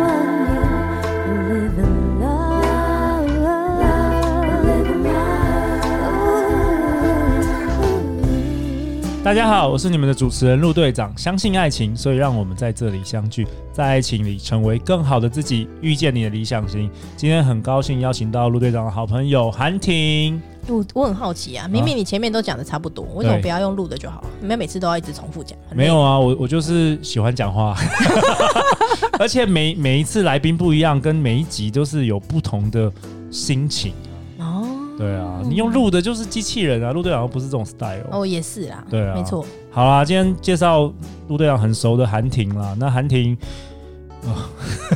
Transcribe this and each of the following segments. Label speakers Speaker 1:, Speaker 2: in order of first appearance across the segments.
Speaker 1: want you, live in love, live in love.
Speaker 2: 大家好，我是你们的主持人陆队长。相信爱情，所以让我们在这里相聚，在爱情里成为更好的自己，遇见你的理想型。今天很高兴邀请到陆队长的好朋友韩婷。
Speaker 3: 我我很好奇啊，明明你前面都讲的差不多，为什么不要用录的就好了？你们每次都要一直重复讲，很累
Speaker 2: 没有啊，我我就是喜欢讲话，而且每每一次来宾不一样，跟每一集都是有不同的心情。
Speaker 3: 哦
Speaker 2: 对啊，你用录的就是机器人啊，陆队长又不是这种 style。
Speaker 3: 哦，也是啦，
Speaker 2: 对啊
Speaker 3: 没错，
Speaker 2: 好啦，今天介绍陆队长很熟的韩婷啦。那韩婷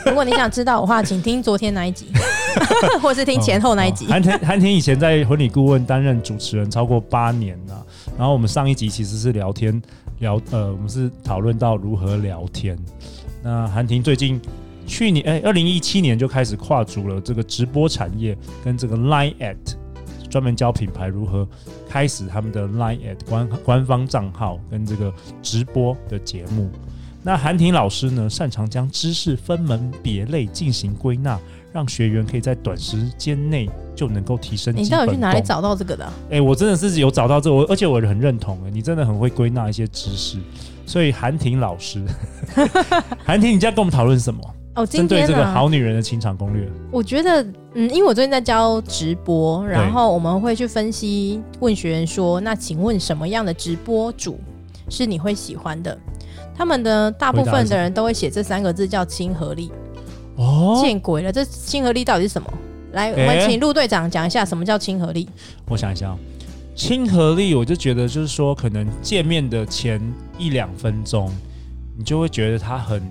Speaker 3: 如果你想知道的话，请听昨天那 一集，或是听前后那一集
Speaker 2: 哦。韩婷，韩婷以前在婚礼顾问担任主持人超过八年了、然后我们上一集其实是聊天聊，呃，我们是讨论到如何聊天。那韩婷最近去年哎，二零一七年就开始跨足了这个直播产业跟这个 Line at，专门教品牌如何开始他们的 Line at 官官方账号跟这个直播的节目。那韩婷老师呢，擅长将知识分门别类进行归纳，让学员可以在短时间内就能够提升基本
Speaker 3: 你到底去哪里
Speaker 2: 功？
Speaker 3: 找到这个的啊？
Speaker 2: 哎、我真的是有找到这个我而且我很认同哎，你真的很会归纳一些知识。所以韩婷老 师，韩婷，你今天跟我们讨论什么？
Speaker 3: 哦，
Speaker 2: 针
Speaker 3: 今
Speaker 2: 对
Speaker 3: 天
Speaker 2: 这个
Speaker 3: 呢，
Speaker 2: 好女人的情场攻略，
Speaker 3: 我觉得，嗯，因为我最近在教直播，然后我们会去分析，问学员说，那请问什么样的直播主是你会喜欢的？他们的大部
Speaker 2: 回答是
Speaker 3: 分的人都会写这三个字叫亲和力。
Speaker 2: 哦，
Speaker 3: 见鬼了，这亲和力到底是什么？来，
Speaker 2: 诶
Speaker 3: 我们请陆队长讲一下什么叫亲和力。
Speaker 2: 我想一下、哦，亲和力，我就觉得就是说，可能见面的前一两分钟，你就会觉得他很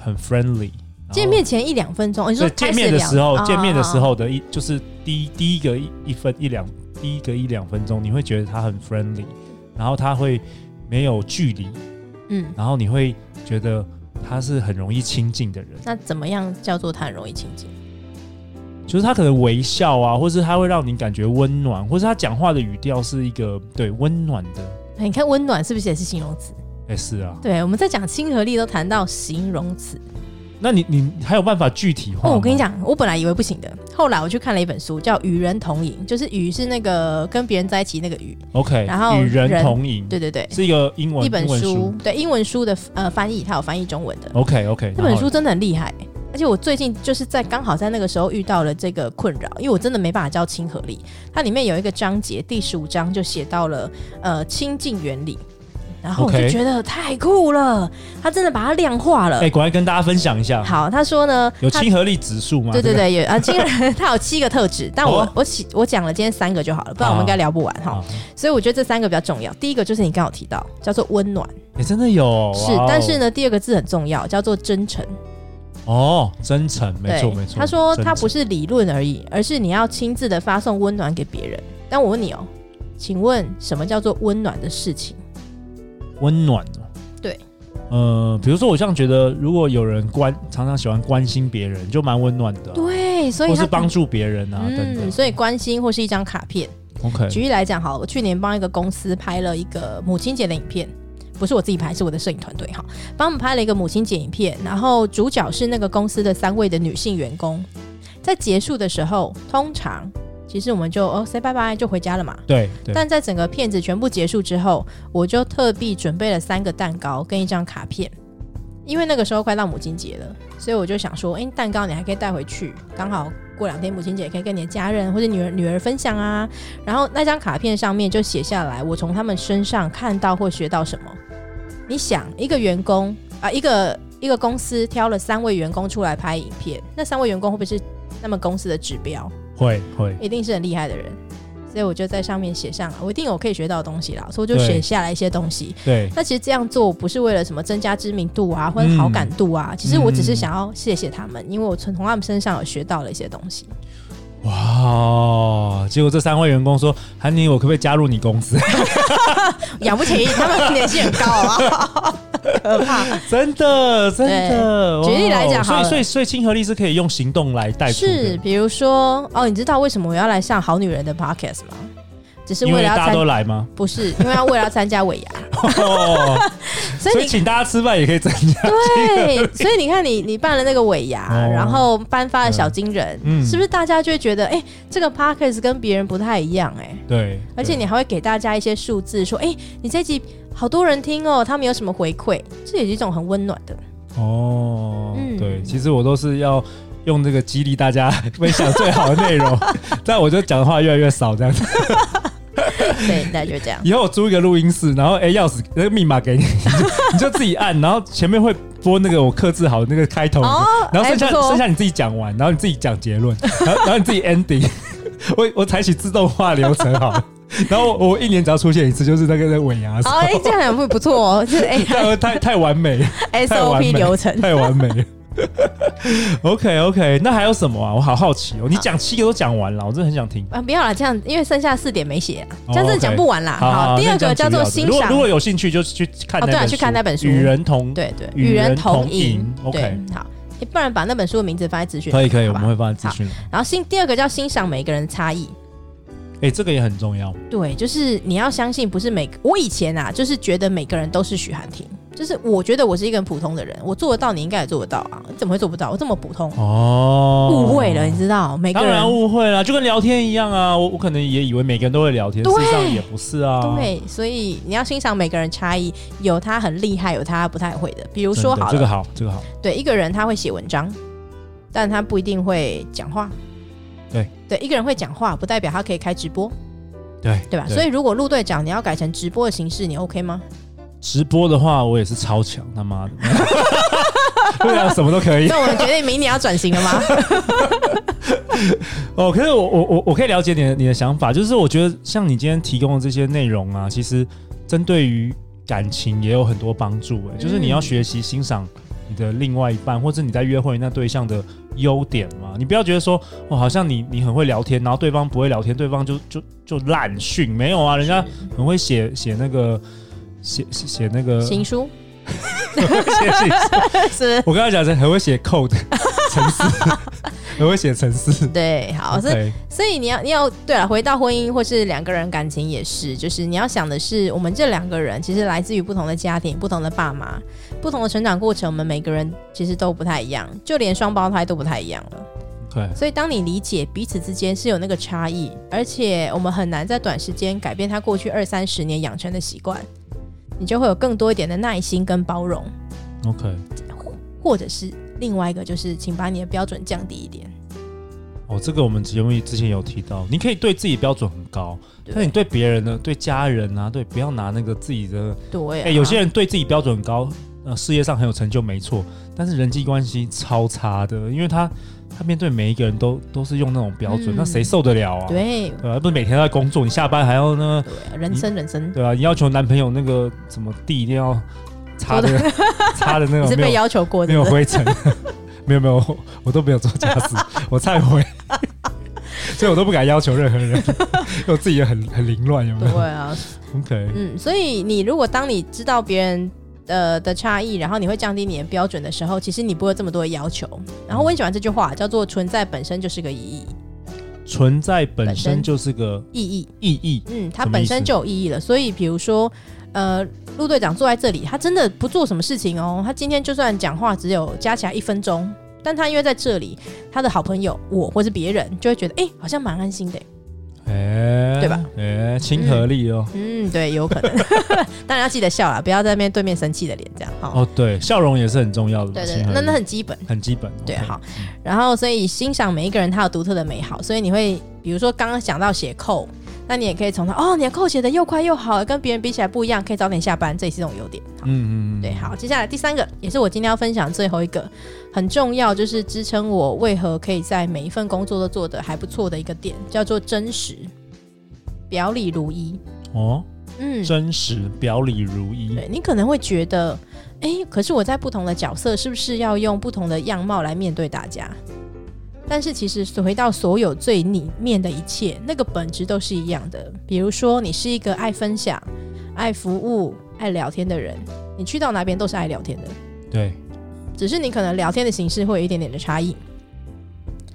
Speaker 2: 很 friendly 然后。
Speaker 3: 见面前一两分钟，哦你说
Speaker 2: 对
Speaker 3: 开
Speaker 2: 见
Speaker 3: 始
Speaker 2: 面的
Speaker 3: 聊
Speaker 2: 时候，
Speaker 3: 啊
Speaker 2: 见面的时
Speaker 3: 啊
Speaker 2: 候的一就是第一第一个一一分一两第一个一两分钟，你会觉得他很 friendly，然后他会没有距离，
Speaker 3: 啊嗯，
Speaker 2: 然后你会觉得他是很容易亲近的人。
Speaker 3: 那怎么样叫做他很容易亲近？
Speaker 2: 就是他可能微笑啊，或是他会让你感觉温暖，或是他讲话的语调是一个对温暖的。
Speaker 3: 哎你看温暖是不是也是形容词？
Speaker 2: 哎、是啊，
Speaker 3: 对，我们在讲亲和力都谈到形容词。
Speaker 2: 那你你还有办法具体化
Speaker 3: 哦，
Speaker 2: 吗？
Speaker 3: 我跟你讲，我本来以为不行的，后来我去看了一本书，叫《与人同饮》，就是“与”是那个跟别人在一起那个“与
Speaker 2: ，OK，
Speaker 3: 然后
Speaker 2: 与人
Speaker 3: 人
Speaker 2: 同饮”。，
Speaker 3: 对对对，
Speaker 2: 是一个英文
Speaker 3: 一本
Speaker 2: 英文
Speaker 3: 书，对英文书的呃翻译，它有翻译中文的。
Speaker 2: OK OK，
Speaker 3: 这本书真的很厉害、而且我最近就是在刚好在那个时候遇到了这个困扰，因为我真的没办法叫亲和力。它里面有一个章节，第十五章就写到了呃亲近原理，然后我就
Speaker 2: OK
Speaker 3: 觉得太酷了，他真的把它量化了。
Speaker 2: 哎、赶快跟大家分享一下，
Speaker 3: 好，他说呢，
Speaker 2: 有
Speaker 3: 他
Speaker 2: 亲和力指数吗？
Speaker 3: 对对
Speaker 2: 这个，
Speaker 3: 对，有啊，亲人 他有七个特质，但我、
Speaker 2: 哦
Speaker 3: 我起我讲了今天三个就好了，不然我们应该聊不完哈、
Speaker 2: 好，
Speaker 3: 所以我觉得这三个比较重要。第一个就是你刚好提到，叫做温暖，
Speaker 2: 哎、真的有
Speaker 3: 是
Speaker 2: 哇哦，
Speaker 3: 但是呢，第二个字很重要，叫做真诚。
Speaker 2: 哦，真诚，没
Speaker 3: 对，
Speaker 2: 错没错。
Speaker 3: 他说他不
Speaker 2: 是
Speaker 3: 是理论而已，而是你要亲自的发送温暖给别人。但我问你哦，请问什么叫做温暖的事情？
Speaker 2: 温暖哦
Speaker 3: 对，
Speaker 2: 呃，比如说我这样觉得，如果有人关常常喜欢关心别人，就蛮温暖的啊、
Speaker 3: 对，所以
Speaker 2: 或
Speaker 3: 他
Speaker 2: 是帮助别人啊、等等。
Speaker 3: 嗯，所以关心或是一张卡片。
Speaker 2: OK，
Speaker 3: 举例来讲，好了，我去年帮一个公司拍了一个母亲节的影片。不是我自己拍，是我的摄影团队哈，帮我们拍了一个母亲节影片，然后主角是那个公司的三位的女性员工。在结束的时候，通常其实我们就哦 say 拜拜就回家了嘛，
Speaker 2: 对对，
Speaker 3: 但在整个片子全部结束之后，我就特地准备了三个蛋糕跟一张卡片，因为那个时候快到母亲节了，所以我就想说，诶，蛋糕你还可以带回去，刚好过两天母亲节可以跟你的家人或者女儿女儿分享啊。然后那张卡片上面就写下来，我从他们身上看到或学到什么。你想，一个员工啊、一个一个公司挑了三位员工出来拍影片，那三位员工会不会是他们公司的指标？
Speaker 2: 会会
Speaker 3: 一定是很厉害的人，所以我就在上面写上了，我一定有可以学到的东西啦，所以我就
Speaker 2: 对
Speaker 3: 写下来一些东西。
Speaker 2: 对
Speaker 3: 那其实这样做不是为了什么增加知名度啊，或者
Speaker 2: 嗯
Speaker 3: 好感度啊，其实我只是
Speaker 2: 嗯
Speaker 3: 想要谢谢他们，因为我从从他们身上有学到了一些东西。
Speaker 2: 哇哦！结果这三位员工说：“韩 宁，我可不可以加入你公司
Speaker 3: 养不起，他们年纪很高啊。可怕。
Speaker 2: 真的真的。
Speaker 3: 对举例
Speaker 2: 哇哦
Speaker 3: 来讲
Speaker 2: 所
Speaker 3: 好
Speaker 2: 以
Speaker 3: 了
Speaker 2: 所以所以亲和力是可以用行动来带出的，
Speaker 3: 是，比如说，哦，你知道为什么我要来上《好女人》的 podcast 吗？只是
Speaker 2: 因
Speaker 3: 为
Speaker 2: 为
Speaker 3: 了要
Speaker 2: 大家
Speaker 3: 参，
Speaker 2: 都来吗？
Speaker 3: 不是因为要为了要参 加尾牙，
Speaker 2: 哦，
Speaker 3: 所以
Speaker 2: 所以
Speaker 3: 你
Speaker 2: 请大家吃饭也可以增加。
Speaker 3: 对，所以你看你你办了那个尾牙，
Speaker 2: 哦
Speaker 3: 然后颁发了小金人，
Speaker 2: 嗯
Speaker 3: 是不是大家就会觉得，哎、这个 podcast 跟别人不太一样、哎，
Speaker 2: 对，
Speaker 3: 而且你还会给大家一些数字，说，哎、你这集好多人听哦，他们有什么回馈，这也是一种很温暖的。
Speaker 2: 哦，
Speaker 3: 嗯
Speaker 2: 对，其实我都是要用这个激励大家分享最好的内 容，但我就讲话越来越少这样子。
Speaker 3: 对， 大家就这样。
Speaker 2: 以后我租一个录音室，然后哎钥匙那个密码给你，你就你就自己按，然后前面会播那个我克制好的那个开头，
Speaker 3: 哦
Speaker 2: 然后剩下
Speaker 3: 还不错
Speaker 2: 剩下你自己讲完，然后你自己讲结论， 然后然后你自己 ending。我 我采取自动化流程好了， 然后我我一年只要出现一次，就是那个那个尾牙的时候
Speaker 3: 哦， 哎、这样很不不错哦，就是哎、
Speaker 2: 这样太太完美了。 太完美
Speaker 3: SOP 流程。
Speaker 2: 太完美了。OK OK，那还有什么啊？我好好奇哦。你讲七个都讲完了，我真的很想听。
Speaker 3: 啊，不要啦，这样因为剩下四点没写、啊，
Speaker 2: 哦
Speaker 3: 这样真的讲不完啦。第二
Speaker 2: 那这
Speaker 3: 个
Speaker 2: 样
Speaker 3: 叫
Speaker 2: 几
Speaker 3: 做
Speaker 2: 要点
Speaker 3: 欣
Speaker 2: 如果
Speaker 3: 赏
Speaker 2: 如，果有兴趣，就去看
Speaker 3: 哦
Speaker 2: 那
Speaker 3: 对啊
Speaker 2: 本
Speaker 3: 去看那本书
Speaker 2: 与人同
Speaker 3: 对对，
Speaker 2: 与
Speaker 3: 与
Speaker 2: 人
Speaker 3: 人
Speaker 2: 同
Speaker 3: 同
Speaker 2: 饮
Speaker 3: 饮。
Speaker 2: OK
Speaker 3: 对，好，你不然把那本书的名字放在资讯，
Speaker 2: 可以可以，我
Speaker 3: 好吧
Speaker 2: 们会放在资讯栏。
Speaker 3: 然后欣第二个叫欣赏每个人的差异，
Speaker 2: 哎，这个也很重要。
Speaker 3: 对，就是你要相信，不是每个我以前啊，就是觉得每个人都是许寒婷，就是我觉得我是一个很普通的人，我做得到，你应该也做得到啊，你怎么会做不到？我这么普通，
Speaker 2: 哦，
Speaker 3: 误会了，你知道，每个
Speaker 2: 当
Speaker 3: 人
Speaker 2: 然误会了，就跟聊天一样啊。我我可能也以为每个人都会聊天，事
Speaker 3: 对
Speaker 2: 实上也不是啊。，
Speaker 3: 对，所以你要欣赏每个人差异，有他很厉害，有他不太会的。比如
Speaker 2: 我
Speaker 3: 说好了，
Speaker 2: 这个好，这个好。
Speaker 3: 对一个人他会写文章，但他不一定会讲话。
Speaker 2: 对
Speaker 3: 对，一个人会讲话，不代表他可以开直播，
Speaker 2: 对
Speaker 3: 对吧？所以如果陆队长你要改成直播的形式，你 OK 吗？
Speaker 2: 直播的话，我也是超强，他妈的， 对啊，什么都可以。
Speaker 3: 那我们决定明年要转型了 吗？
Speaker 2: 哦，可是我我我我可以了解你的你的想法，就是我觉得像你今天提供的这些内容啊，其实针对于感情也有很多帮助、欸。就是你要学习欣赏你的另外一半，或者你在约会那对象的优点嘛。你不要觉得说，哦，好像你你很会聊天，然后对方不会聊天，对方就就就烂训。没有啊，人家很会写写那个写写写那个
Speaker 3: 新书
Speaker 2: 写信
Speaker 3: 是不是？
Speaker 2: 我刚才讲是很会写 code 程式，很会写程式。
Speaker 3: 对，好，所以
Speaker 2: OK，
Speaker 3: 所以你要你要对啊了，回到婚姻或是两个人感情也是，就是你要想的是，我们这两个人其实来自于不同的家庭、不同的爸妈、不同的成长过程，我们每个人其实都不太一样，就连双胞胎都不太一样了。
Speaker 2: 对，
Speaker 3: 所以当你理解彼此之间是有那个差异，而且我们很难在短时间改变他过去二三十年养成的习惯，你就会有更多一点的耐心跟包容，
Speaker 2: OK，
Speaker 3: 或者是另外一个就是，请把你的标准降低一点。
Speaker 2: 哦，这个我们节目之前有提到，你可以对自己标准很高，
Speaker 3: 对
Speaker 2: 但你对别人呢，对家人啊，对，不要拿那个自己的，
Speaker 3: 对、
Speaker 2: 哎、
Speaker 3: 啊
Speaker 2: 有些人对自己标准很高，呃，事业上很有成就没错，但是人际关系超差的，因为他他面对每一个人都都是用那种标准，
Speaker 3: 嗯
Speaker 2: 那谁受得了啊？，
Speaker 3: 对
Speaker 2: 对吧不是每天都在工作，你下班还要呢，
Speaker 3: 对啊，人生人生。
Speaker 2: 对啊，你要求男朋友那个什么地一定要擦的擦的那
Speaker 3: 你
Speaker 2: 种
Speaker 3: 是
Speaker 2: 没
Speaker 3: 被
Speaker 2: 有
Speaker 3: 要求过
Speaker 2: 没
Speaker 3: 的
Speaker 2: 有，灰尘， 没有没有，我我都没有做家事，我忏悔， 所以我都不敢要求任何人， 因为我自己也很很凌乱，有没
Speaker 3: 对
Speaker 2: 有
Speaker 3: 啊，
Speaker 2: ？OK，
Speaker 3: 嗯，所以你如果当你知道别人呃的差异，然后你会降低你的标准的时候，其实你不会有这么多的要求。然后我很喜欢这句话，叫做“存在本身就是个意义，
Speaker 2: 存在本
Speaker 3: 本
Speaker 2: 身
Speaker 3: 身
Speaker 2: 就是个
Speaker 3: 意义，
Speaker 2: 意义，
Speaker 3: 嗯，它
Speaker 2: 什么意
Speaker 3: 本
Speaker 2: 思
Speaker 3: 身就有意义了。所以比如说，呃，陆队长坐在这里，他真的不做什么事情哦，他今天就算讲话只有加起来一分钟，但他因为在这里，他的好朋友我或是别人就会觉得，哎、好像蛮安心的。
Speaker 2: 哎、
Speaker 3: 对吧？
Speaker 2: 哎、亲和力哦。
Speaker 3: 嗯，对，有可能。 当然要记得笑啦，不要在那边对面生气的脸这样。好，
Speaker 2: 哦，对，笑容也是很重要的嘛，
Speaker 3: 对对
Speaker 2: 亲
Speaker 3: 对
Speaker 2: 和，
Speaker 3: 那那
Speaker 2: 力
Speaker 3: 很基本。
Speaker 2: 很基本。
Speaker 3: 对
Speaker 2: OK
Speaker 3: 好，然后所以欣赏每一个人他有独特的美好，所以你会比如说刚刚讲到写扣，那你也可以从他哦，你的扣写的又快又好，跟别人比起来不一样，可以早点下班，这也是一种优点。好，
Speaker 2: 嗯嗯嗯，
Speaker 3: 对，好，接下来第三个也是我今天要分享最后一个很重要，就是支撑我为何可以在每一份工作都做得还不错的一个点，叫做真实，表里如一。
Speaker 2: 哦，
Speaker 3: 嗯，
Speaker 2: 真实表里如一，
Speaker 3: 对你可能会觉得，哎、可是我在不同的角色，是不是要用不同的样貌来面对大家？但是其实回到所有最里面的一切，那个本质都是一样的。比如说，你是一个爱分享、爱服务、爱聊天的人，你去到哪边都是爱聊天的，
Speaker 2: 对
Speaker 3: 只是你可能聊天的形式会有一点点的差异。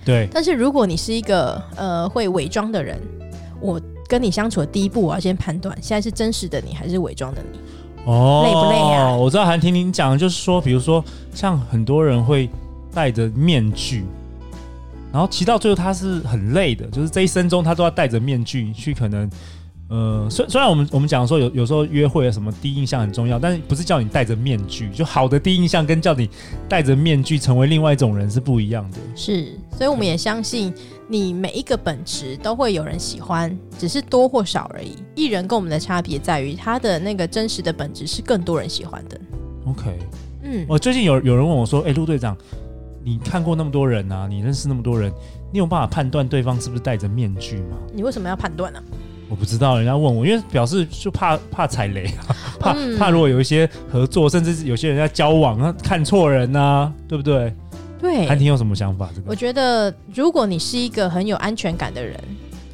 Speaker 2: 对
Speaker 3: 但是如果你是一个呃会伪装的人，我跟你相处的第一步，我要先判断现在是真实的你还是伪装的你。
Speaker 2: 哦，
Speaker 3: 累不累啊
Speaker 2: 我知道韩婷婷讲的就是说，比如说像很多人会戴着面具，然后骑到最后他是很累的，就是这一生中他都要戴着面具去可能。呃，虽虽然我们我们讲说有有时候约会啊什么第一印象很重要，但是不是叫你戴着面具，就好的第一印象跟叫你戴着面具成为另外一种人是不一样的。
Speaker 3: 是，所以我们也相信你每一个本质都会有人喜欢，只是多或少而已。艺人跟我们的差别在于他的那个真实的本质是更多人喜欢的。
Speaker 2: OK，
Speaker 3: 嗯，
Speaker 2: 我哦最近有有人问我说：“哎、陆队长，你看过那么多人啊，你认识那么多人，你有办法判断对方是不是戴着面具吗
Speaker 3: 你为什么要判断呢、？”
Speaker 2: 我不知道，人家问我，因为表示就怕怕踩雷 啊，怕、
Speaker 3: 嗯
Speaker 2: 怕如果有一些合作，甚至是有些人在交往，那看错人呐、啊，对不对？
Speaker 3: 对，
Speaker 2: 韩婷有什么想法？这
Speaker 3: 哎我
Speaker 2: 个
Speaker 3: 觉得如果你是一个很有安全感的人，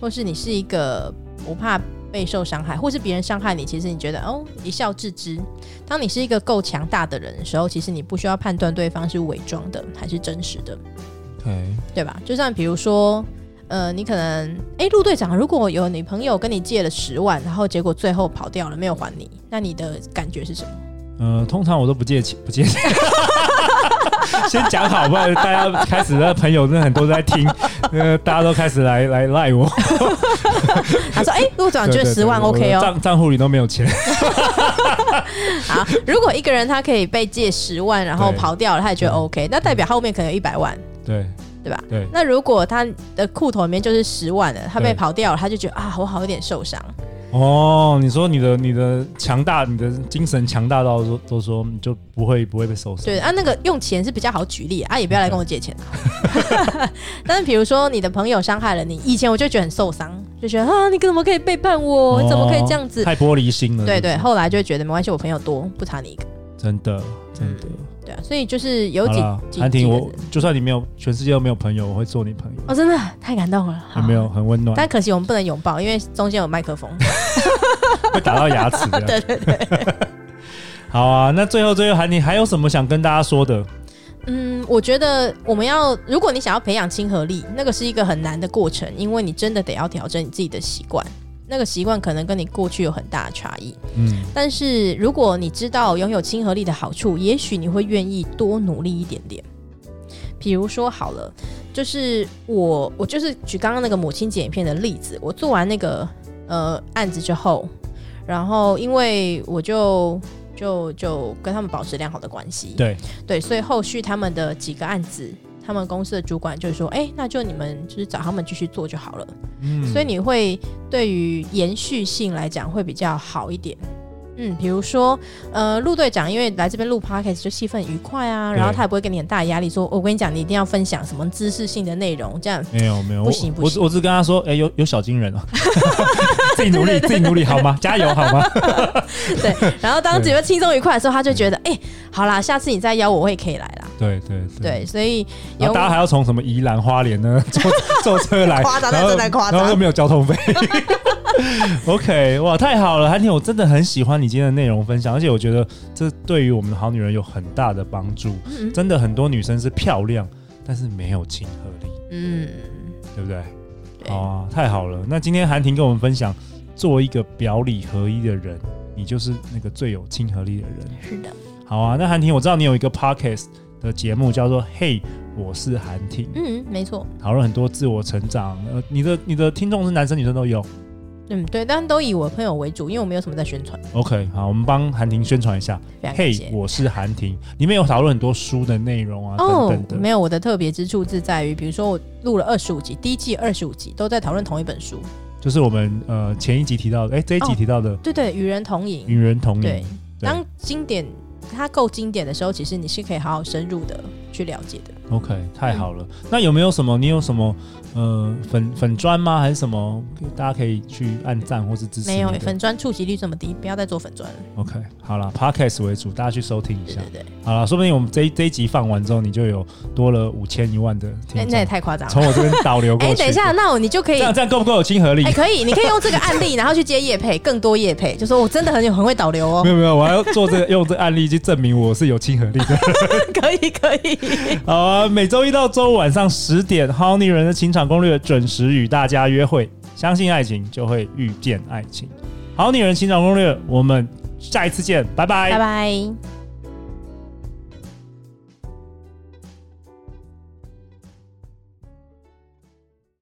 Speaker 3: 或是你是一个不怕备受伤害，或是别人伤害你，其实你觉得哦一笑置之。当你是一个够强大的人的时候，其实你不需要判断对方是伪装的还是真实的，
Speaker 2: OK，
Speaker 3: 对吧？就像比如说。呃，你可能诶，陆队长，如果有女朋友跟你借了十万，然后结果最后跑掉了，没有还你，那你的感觉是什么？
Speaker 2: 呃，通常我都不借钱，不借钱。 先讲好，不然大家开始，那朋友真的很多都在听，呃，大家都开始来来赖我。
Speaker 3: 他说：“诶，陆队长
Speaker 2: 对
Speaker 3: 觉
Speaker 2: 对
Speaker 3: 得
Speaker 2: 对
Speaker 3: 十万
Speaker 2: 我的
Speaker 3: OK 哦。”
Speaker 2: 账账户里都没有钱。
Speaker 3: 好，如果一个人他可以被借十万，然后
Speaker 2: 对
Speaker 3: 跑掉了，他也觉得
Speaker 2: 嗯
Speaker 3: OK，那代表后面可能有一百万，
Speaker 2: 对
Speaker 3: 对吧？
Speaker 2: 对，
Speaker 3: 那如果他的裤头里面就是十万了，他
Speaker 2: 对
Speaker 3: 被跑掉了，他就觉得啊，我好像有点受伤。
Speaker 2: 哦，你说你的你的强大，你的精神强大到说都说你就不会不会被受伤。
Speaker 3: 对啊，那个用钱是比较好举例啊，也不要来跟我 借钱 啊。但是比如说你的朋友伤害了你，以前我就觉得很受伤，就觉得啊，你怎么可以背叛我？哦你怎么可以这样子？
Speaker 2: 哦太玻璃心了。
Speaker 3: 对
Speaker 2: 是不是
Speaker 3: 对，，后来就会觉得没关系，我朋友多，不差你一个。
Speaker 2: 真的真的。
Speaker 3: 对啊，所以就是有
Speaker 2: 好
Speaker 3: 几
Speaker 2: 了，
Speaker 3: 几
Speaker 2: 安
Speaker 3: 几
Speaker 2: 婷，
Speaker 3: 个
Speaker 2: 我
Speaker 3: 人
Speaker 2: 就算你没有全世界都没有朋友，我会做你朋友。
Speaker 3: 哦，真的太感动了，好
Speaker 2: 有没有很温暖？
Speaker 3: 啊但可惜我们不能拥抱，因为中间有麦克风。
Speaker 2: 会打到牙 齿的。对对对。好啊，那最后最后韩婷还有什么想跟大家说的？
Speaker 3: 嗯，我觉得我们要，如果你想要培养亲和力，那个是一个很难的过程，因为你真的得要调整你自己的习惯，那个习惯可能跟你过去有很大的差异。
Speaker 2: 嗯，
Speaker 3: 但是如果你知道拥有亲和力的好处，也许你会愿意多努力一点点。比如说好了，就是我我就是举刚刚那个母亲节影片的例子，我做完那个呃案子之后，然后因为我就就就跟他们保持良好的关系，
Speaker 2: 对，
Speaker 3: 对，所以后续他们的几个案子，他们公司的主管就说，哎、那就你们就是找他们继续做就好了。
Speaker 2: 嗯，
Speaker 3: 所以你会对于延续性来讲会比较好一点。嗯，比如说，呃，陆队长因为来这边录 podcast 就气氛愉快啊，
Speaker 2: 对
Speaker 3: 然后他也不会给你很大的压力，说哦我跟你讲，你一定要分享什么知识性的内容，这样
Speaker 2: 没有没有，
Speaker 3: 不
Speaker 2: 我
Speaker 3: 行不
Speaker 2: 我
Speaker 3: 行
Speaker 2: 只我只跟他说，哎、有有小金 人哦，自己努力
Speaker 3: 对对对
Speaker 2: 自己努力好吗？加油好吗？
Speaker 3: 对。然后当觉得轻松愉快的时候，他就觉得，哎、好啦，下次你再邀我，我也可以来啦。
Speaker 2: 对对
Speaker 3: 对，。所以
Speaker 2: 然后大家还要从什么宜兰花莲呢 坐坐车来，
Speaker 3: 夸张
Speaker 2: 然后
Speaker 3: 那真的夸张
Speaker 2: 然后又没有交通费。OK，哇，太好了，韩婷，我真的很喜欢你今天的内容分享，而且我觉得这对于我们的好女人有很大的帮助。
Speaker 3: 嗯
Speaker 2: 真的很多女生是漂亮，但是没有亲和力，
Speaker 3: 嗯，
Speaker 2: 对不对？
Speaker 3: 对
Speaker 2: 好啊，太好了！那今天韩婷跟我们分享，做一个表里合一的人，你就是那个最有亲和力的人。
Speaker 3: 是的，
Speaker 2: 好啊，那韩婷，我知道你有一个 podcast 的节目叫做《嘿，我是韩婷》，
Speaker 3: 嗯，没错，
Speaker 2: 讨论很多自我成长。呃，你的你的听众是男生女生都有。
Speaker 3: 嗯，对，但都以我朋友为主，因为我没有什么在宣传，
Speaker 2: OK，好，我们帮韩婷宣传一下，
Speaker 3: 非常
Speaker 2: 《嘿
Speaker 3: 感谢，。
Speaker 2: 我是韩婷》，里面有讨论很多书的内容啊，
Speaker 3: 哦
Speaker 2: 等，等的。
Speaker 3: 没有，我的特别之处是在于，比如说我录了二十五集，第一季二十五集都在讨论同一本书，
Speaker 2: 就是我们呃前一集提到的，哎、这一集
Speaker 3: 哦
Speaker 2: 提到的《
Speaker 3: 对对，与人同饮。
Speaker 2: 与人同饮》
Speaker 3: 对，
Speaker 2: 对
Speaker 3: 当经典它够经典的时候，其实你是可以好好深入的去了解的。
Speaker 2: OK，太好了。
Speaker 3: 嗯
Speaker 2: 那有没有什么？你有什么呃粉粉砖吗？还是什么？大家可以去按赞或是支持你
Speaker 3: 没
Speaker 2: 的。
Speaker 3: 有粉砖触及率这么低，不要再做粉砖了。
Speaker 2: OK，好了，Podcast 为主，大家去收听一
Speaker 3: 对
Speaker 2: 下
Speaker 3: 对。对，
Speaker 2: 好了，说不定我们这一这一集放完之后，你就有多了五千一万的
Speaker 3: 那
Speaker 2: 听
Speaker 3: 哎那也
Speaker 2: 众，
Speaker 3: 太夸张
Speaker 2: 嗯
Speaker 3: 了。
Speaker 2: 从我这边导流过
Speaker 3: 哎，
Speaker 2: 去。
Speaker 3: 等一下，，那我你就可以
Speaker 2: 这，样这样够不够有亲和力
Speaker 3: 哎，？可以，你可以用这个案例，然后去接业配，更多业配，就说我真的很有很会导流 哦
Speaker 2: 没，有没有，我还要做这个用这个案例去证明我是有亲和力 的。
Speaker 3: 可以可以。
Speaker 2: 好啊，每周一到周五晚上十点，《好女人的情场攻略》准时与大家约会。相信爱情，就会遇见爱情。好女人情场攻略，我们下一次见，拜拜
Speaker 3: 拜拜。